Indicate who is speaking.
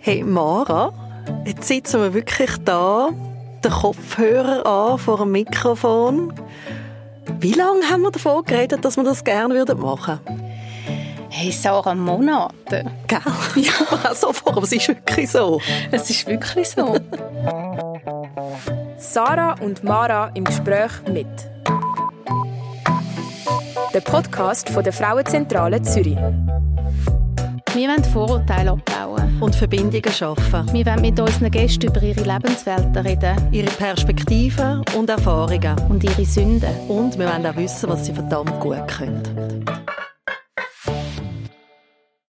Speaker 1: Hey Mara, jetzt sitzen wir wirklich da, den Kopfhörer an vor dem Mikrofon. Wie lange haben wir davon geredet, dass wir das gerne würden machen würden?
Speaker 2: Hey, Sarah, Monate.
Speaker 1: Gell? Ja, so vor, aber es ist wirklich so.
Speaker 2: Es ist wirklich so.
Speaker 3: Sarah und Mara im Gespräch mit. Der Podcast von der Frauenzentrale Zürich.
Speaker 2: Wir wollen Vorurteile abbauen.
Speaker 1: Und Verbindungen schaffen,
Speaker 2: Wir wollen mit unseren Gästen über ihre Lebenswelten reden
Speaker 1: ihre Perspektiven und Erfahrungen.
Speaker 2: und ihre Sünden.
Speaker 1: Und wir wollen auch wissen, was sie verdammt gut können.